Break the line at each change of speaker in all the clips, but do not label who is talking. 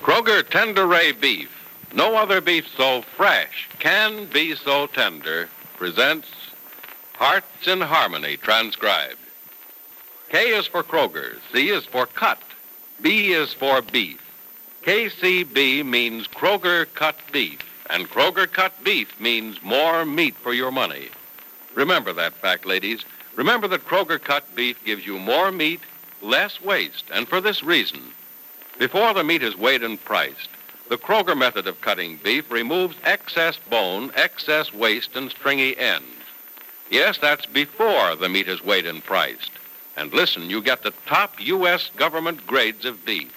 Kroger Tender Ray Beef, no other beef so fresh can be so tender, presents Hearts in Harmony, transcribed. K is for Kroger, C is for cut, B is for beef. KCB means Kroger cut beef, and Kroger cut beef means more meat for your money. Remember that fact, ladies. Remember that Kroger cut beef gives you more meat, less waste, and for this reason. Before the meat is weighed and priced, the Kroger method of cutting beef removes excess bone, excess waste, and stringy ends. Yes, that's before the meat is weighed and priced. And listen, you get the top U.S. government grades of beef.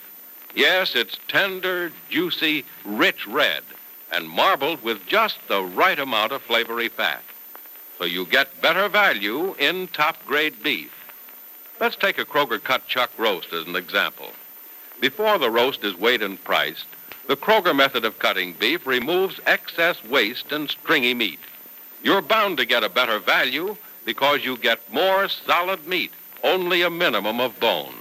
Yes, it's tender, juicy, rich red, and marbled with just the right amount of flavory fat. So you get better value in top grade beef. Let's take a Kroger cut chuck roast as an example. Before the roast is weighed and priced, the Kroger method of cutting beef removes excess waste and stringy meat. You're bound to get a better value because you get more solid meat, only a minimum of bone.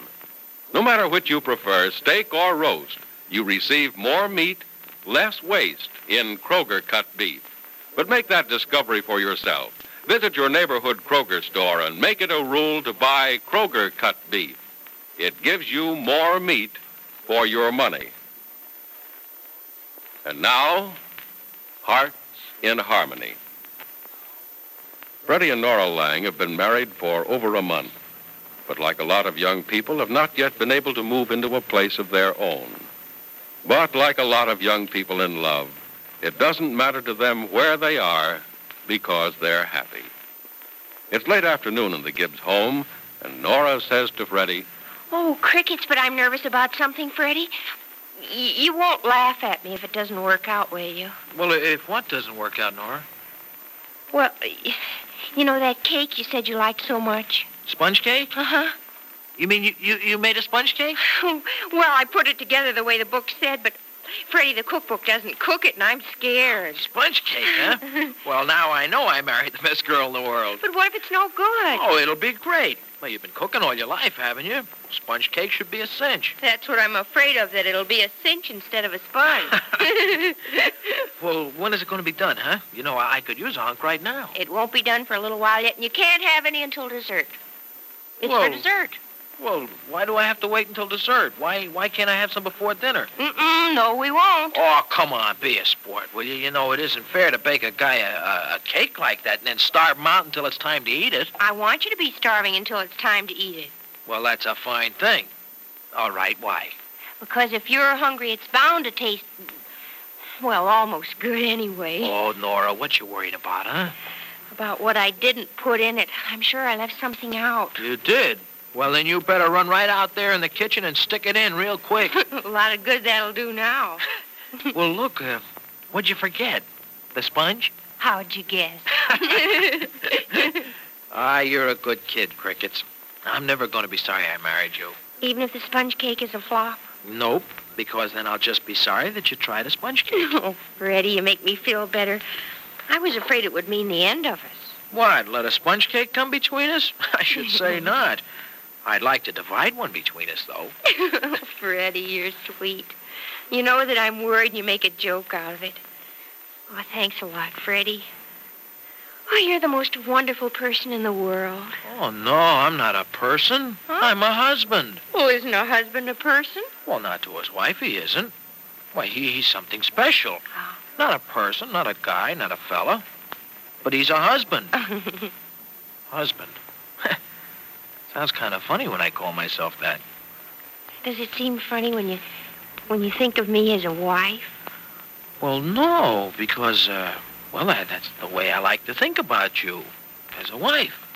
No matter which you prefer, steak or roast, you receive more meat, less waste in Kroger cut beef. But make that discovery for yourself. Visit your neighborhood Kroger store and make it a rule to buy Kroger cut beef. It gives you more meat for your money. And now, Hearts in Harmony. Freddie and Nora Lang have been married for over a month, but like a lot of young people, have not yet been able to move into a place of their own. But like a lot of young people in love, it doesn't matter to them where they are because they're happy. It's late afternoon in the Gibbs home, and Nora says to Freddie,
Oh, crickets, but I'm nervous about something, Freddie. Y- you won't laugh at me if it doesn't work out, will you?
Well, if what doesn't work out, Nora?
Well, y- you know that cake you said you liked so much?
Sponge cake?
Uh-huh.
You mean you, you, you made a sponge cake?
well, I put it together the way the book said, but Freddie, the cookbook doesn't cook it, and I'm scared.
Sponge cake, huh? well, now I know I married the best girl in the world.
But what if it's no good?
Oh, it'll be great. Well, you've been cooking all your life, haven't you? Sponge cake should be a cinch.
That's what I'm afraid of, that it'll be a cinch instead of a sponge.
Well, when is it going to be done, huh? You know, I, I could use a hunk right now.
it won't be done for a little while yet, and you can't have any until dessert. It's
Whoa.
for dessert.
Well, why do I have to wait until dessert? Why why can't I have some before dinner?
Mm-mm, no, we won't.
Oh, come on, be a sport, will you? You know, it isn't fair to bake a guy a, a, a cake like that and then starve him out until it's time to eat it.
I want you to be starving until it's time to eat it.
Well, that's a fine thing. All right, why?
Because if you're hungry, it's bound to taste, well, almost good anyway.
Oh, Nora, what you worried about, huh?
About what I didn't put in it, I'm sure I left something out.
You did. Well, then you better run right out there in the kitchen and stick it in real quick.
a lot of good that'll do now.
well, look, uh, what'd you forget? The sponge?
How'd you guess?
Ah, you're a good kid, Crickets. I'm never going to be sorry I married you.
Even if the sponge cake is a flop?
Nope, because then I'll just be sorry that you tried a sponge cake.
Oh, Freddie, you make me feel better. I was afraid it would mean the end of us.
what, let a sponge cake come between us? I should say not. I'd like to divide one between us, though.
Freddie, you're sweet. You know that I'm worried you make a joke out of it. Oh, thanks a lot, Freddie. Oh, you're the most wonderful person in the world.
Oh, no, I'm not a person. I'm a husband.
Well, isn't a husband a person?
Well, not to his wife, he isn't. Why, he, he's something special. Not a person, not a guy, not a fella. But he's a husband. husband. Sounds kind of funny when I call myself that.
Does it seem funny when you when you think of me as a wife?
Well, no, because, uh, well, that, that's the way I like to think about you. As a wife.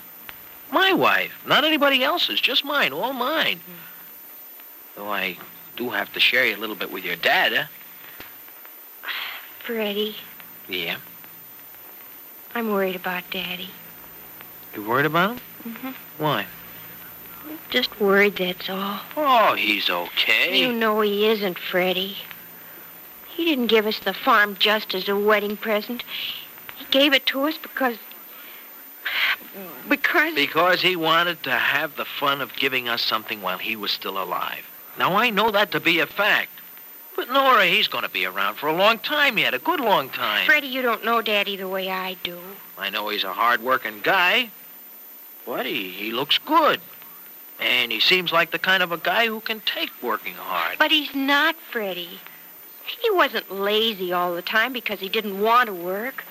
My wife. Not anybody else's, just mine, all mine. Though I do have to share you a little bit with your dad, eh?
Freddie,
Yeah.
I'm worried about Daddy.
You worried about him?
Mhm.
Why?
Just worried, that's all.
Oh, he's okay.
You know he isn't, Freddie. He didn't give us the farm just as a wedding present. He gave it to us because. Because.
Because he wanted to have the fun of giving us something while he was still alive. Now, I know that to be a fact. But, Nora, he's going to be around for a long time yet, a good long time.
Freddie, you don't know Daddy the way I do.
I know he's a hard-working guy, but he, he looks good. And he seems like the kind of a guy who can take working hard.
But he's not, Freddie. He wasn't lazy all the time because he didn't want to work.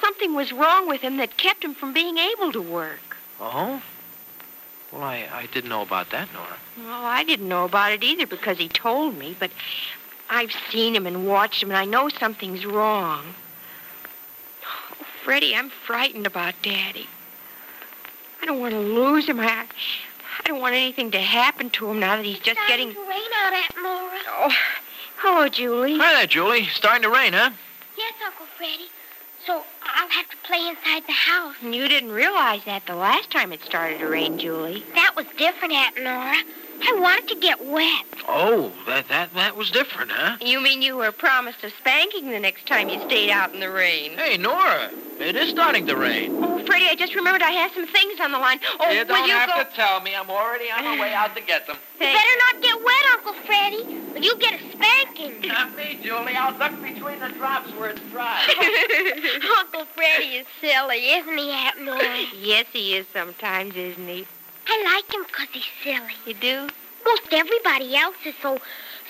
Something was wrong with him that kept him from being able to work.
Oh? Well, I, I didn't know about that, Nora.
Well, I didn't know about it either because he told me, but I've seen him and watched him, and I know something's wrong. Oh, Freddie, I'm frightened about Daddy. I don't want to lose him. I, I don't want anything to happen to him now that he's just getting.
to rain out, Aunt Laura.
Oh, hello, Julie.
Hi there, Julie. Starting to rain, huh?
Yes, Uncle Freddy. So I'll have to play inside the house.
And You didn't realize that the last time it started to rain, Julie.
That was different, Aunt Laura. I wanted to get wet.
Oh, that, that, that was different, huh?
You mean you were promised a spanking the next time you stayed out in the rain?
Hey, Nora, it is starting to rain.
Oh, Freddie, I just remembered I have some things on the line. Oh,
you
will
don't
you
have
go?
to tell me. I'm already on my way out to get them.
You
Thank-
better not get wet, Uncle Freddy, or you'll get a spanking.
Not me, Julie. I'll duck between the drops where it's dry.
Uncle Freddy is silly, isn't he, Aunt Laura?
yes, he is sometimes, isn't he?
I like him 'cause he's silly.
You do?
Most everybody else is so,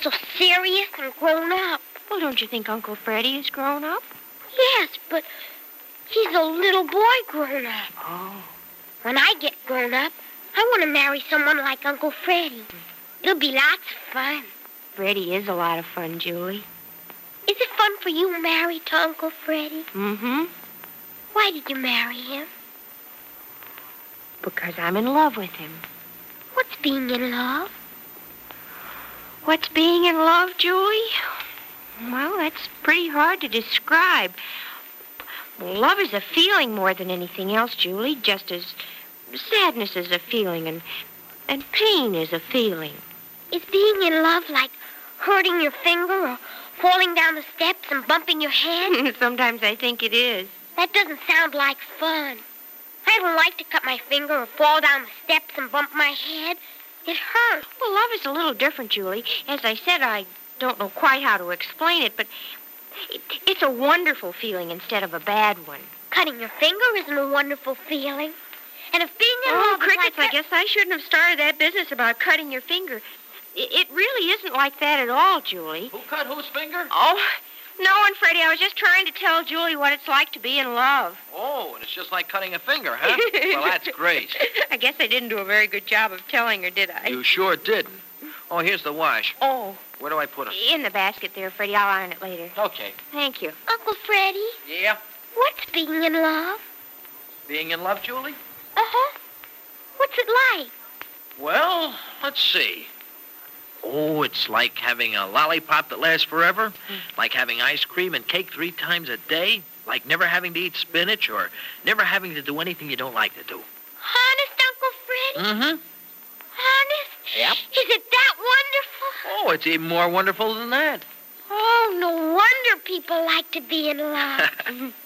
so serious and grown up.
Well, don't you think Uncle Freddie is grown up?
Yes, but he's a little boy grown up.
Oh.
When I get grown up, I want to marry someone like Uncle Freddy. It'll be lots of fun.
Freddie is a lot of fun, Julie.
Is it fun for you married to Uncle Freddy?
Mm-hmm.
Why did you marry him?
Because I'm in love with him.
What's being in love?
What's being in love, Julie? Well, that's pretty hard to describe. Love is a feeling more than anything else, Julie, just as sadness is a feeling and and pain is a feeling.
Is being in love like hurting your finger or falling down the steps and bumping your head?
Sometimes I think it is.
That doesn't sound like fun. I don't like to cut my finger or fall down the steps and bump my head. It hurts.
Well, love is a little different, Julie. As I said, I don't know quite how to explain it, but it, it's a wonderful feeling instead of a bad one.
Cutting your finger isn't a wonderful feeling. And if being in
Oh,
love is
crickets,
like
I guess I shouldn't have started that business about cutting your finger. I- It really isn't like that at all, Julie.
Who cut whose finger?
Oh, no one, Freddie. I was just trying to tell Julie what it's like to be in love.
Oh, and it's just like cutting a finger, huh? well, that's great.
I guess I didn't do a very good job of telling her, did I?
You sure didn't. Oh, here's the wash.
Oh,
Where do I put it?
in the basket there, Freddie. I'll iron it later.
Okay.
Thank you.
Uncle Freddy,
Yeah.
what's being in love?
Being in love, Julie?
Uh-huh. What's it like?
Well, let's see. Oh, it's like having a lollipop that lasts forever, like having ice cream and cake three times a day, like never having to eat spinach or never having to do anything you don't like to do. Mm-hmm.
Honest?
Yep.
Is it that wonderful?
Oh, it's even more wonderful than that.
Oh, no wonder people like to be in love.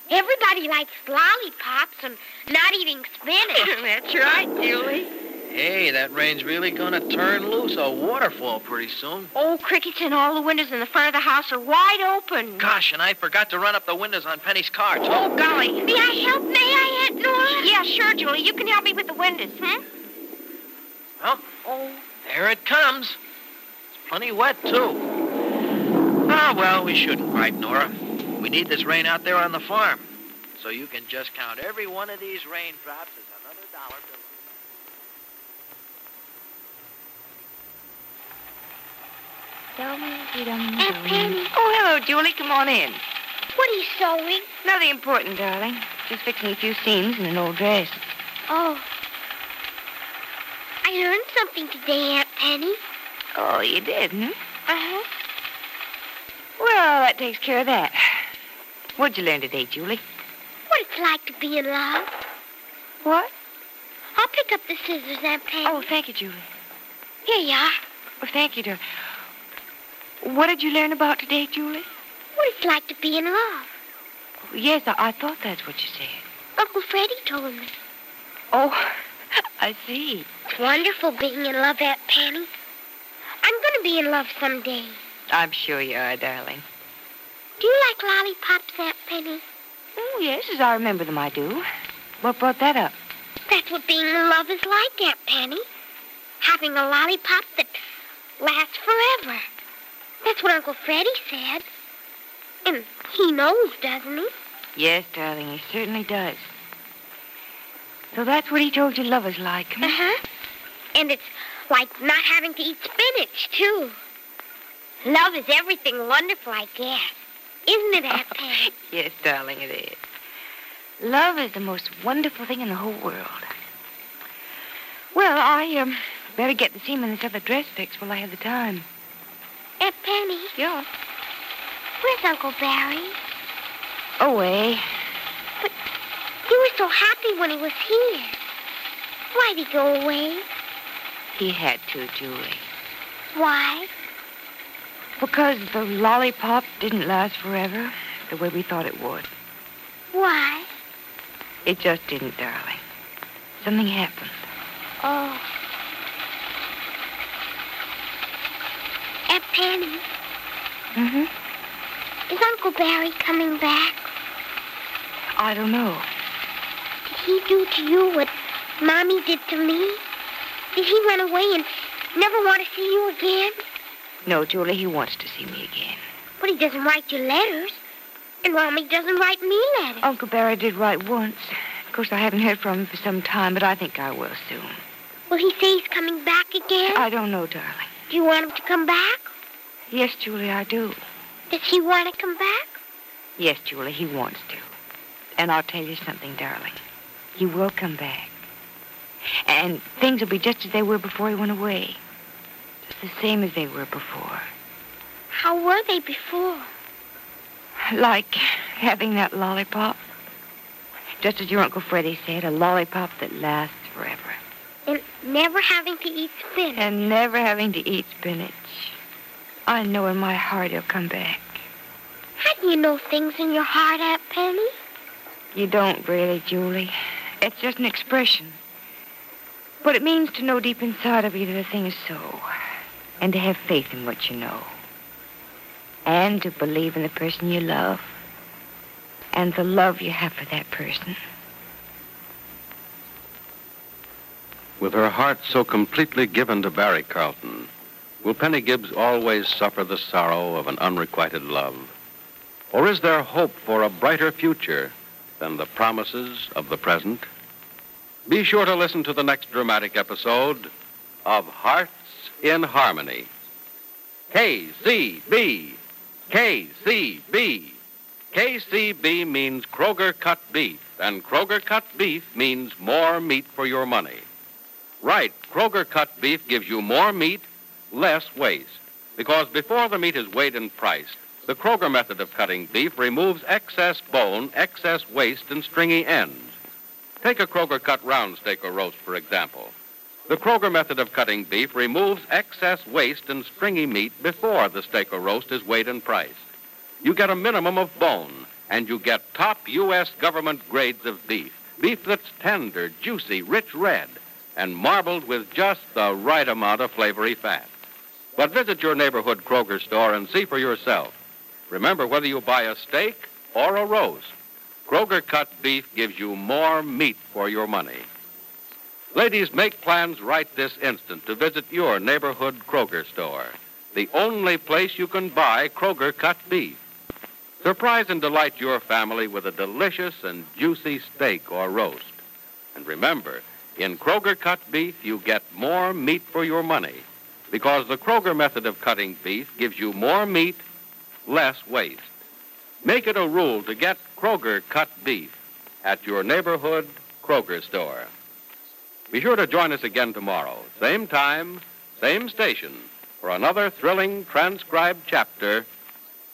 Everybody likes lollipops and not eating spinach.
That's right, Julie.
Hey, that rain's really gonna turn loose a waterfall pretty soon.
Old crickets and all the windows in the front of the house are wide open.
Gosh, and I forgot to run up the windows on Penny's car, too.
Oh, golly.
May I help? May I, Aunt Nora?
Yeah, sure, Julie. You can help me with the windows, hmm?
Oh, there it comes. It's plenty wet, too. Ah, well, we shouldn't gripe, Nora. We need this rain out there on the farm. So you can just count every one of these raindrops as another dollar bill.
Aunt Penny,
Oh, hello, Julie. Come on in.
what are you sewing?
Nothing important, darling. Just fixing a few seams in an old dress.
Oh. I learned something today, Aunt Penny.
Oh, you did, hmm?
Uh-huh.
Well, that takes care of that. What'd you learn today, Julie?
What it's like to be in love.
What?
I'll pick up the scissors, Aunt Penny.
Oh, thank you, Julie.
here you are.
Oh, thank you, dear. What did you learn about today, Julie?
What it's like to be in love.
Yes, I, I thought that's what you said.
Uncle Freddie told me.
Oh, I see.
It's wonderful being in love, Aunt Penny. I'm going to be in love someday.
I'm sure you are, darling.
Do you like lollipops, Aunt Penny?
Oh, yes, as I remember them, I do. What brought that up?
That's what being in love is like, Aunt Penny. Having a lollipop that lasts forever. That's what Uncle Freddie said. And he knows, doesn't he?
Yes, darling, he certainly does. So that's what he told you love is like. huh?
huh. And it's like not having to eat spinach, too. Love is everything wonderful, I guess. Isn't it, Aunt Penny?
Yes, darling, it is. Love is the most wonderful thing in the whole world. Well, I um, better get the seam in this other dress fixed while I have the time.
Aunt Penny,
Yeah.
where's Uncle Barry?
Away.
You were so happy when he was here. Why'd he go away?
He had to, Julie.
Why?
Because the lollipop didn't last forever the way we thought it would.
Why?
It just didn't, darling. Something happened.
Oh. Aunt Penny,
Mm-hmm.
is Uncle Barry coming back?
I don't know.
Did he do to you what Mommy did to me? Did he run away and never want to see you again?
No, Julie, he wants to see me again.
But he doesn't write you letters. And Mommy doesn't write me letters.
Uncle Barry did write once. Of course, I haven't heard from him for some time, but I think I will soon.
Will he say he's coming back again?
I don't know, darling.
do you want him to come back?
Yes, Julie, I do.
Does he want to come back?
Yes, Julie, he wants to. And I'll tell you something, darling. He will come back. And things will be just as they were before he went away. Just the same as they were before.
How were they before?
Like having that lollipop. Just as your Uncle Freddie said, a lollipop that lasts forever.
And never having to eat spinach.
And never having to eat spinach. I know in my heart he'll come back.
How do you know things in your heart, Aunt Penny?
You don't really, Julie. It's just an expression. What it means to know deep inside of you that a thing is so, and to have faith in what you know, and to believe in the person you love, and the love you have for that person.
With her heart so completely given to Barry Carlton, will Penny Gibbs always suffer the sorrow of an unrequited love? Or is there hope for a brighter future than the promises of the present? Be sure to listen to the next dramatic episode of Hearts in Harmony. KCB, KCB. KCB means Kroger cut beef, and Kroger cut beef means more meat for your money. Right, Kroger cut beef gives you more meat, less waste. Because before the meat is weighed and priced, the Kroger method of cutting beef removes excess bone, excess waste, and stringy ends. Take a Kroger cut round steak or roast, for example. The Kroger method of cutting beef removes excess waste and stringy meat before the steak or roast is weighed and priced. You get a minimum of bone, and you get top U.S. government grades of beef. Beef that's tender, juicy, rich red, and marbled with just the right amount of flavory fat. But visit your neighborhood Kroger store and see for yourself. Remember, whether you buy a steak or a roast, Kroger cut beef gives you more meat for your money. Ladies, make plans right this instant to visit your neighborhood Kroger store, the only place you can buy Kroger cut beef. Surprise and delight your family with a delicious and juicy steak or roast. And remember, in Kroger cut beef, you get more meat for your money because the Kroger method of cutting beef gives you more meat, less waste. Make it a rule to get Kroger cut beef at your neighborhood Kroger store. Be sure to join us again tomorrow, same time, same station, for another thrilling transcribed chapter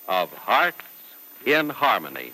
of Hearts in Harmony.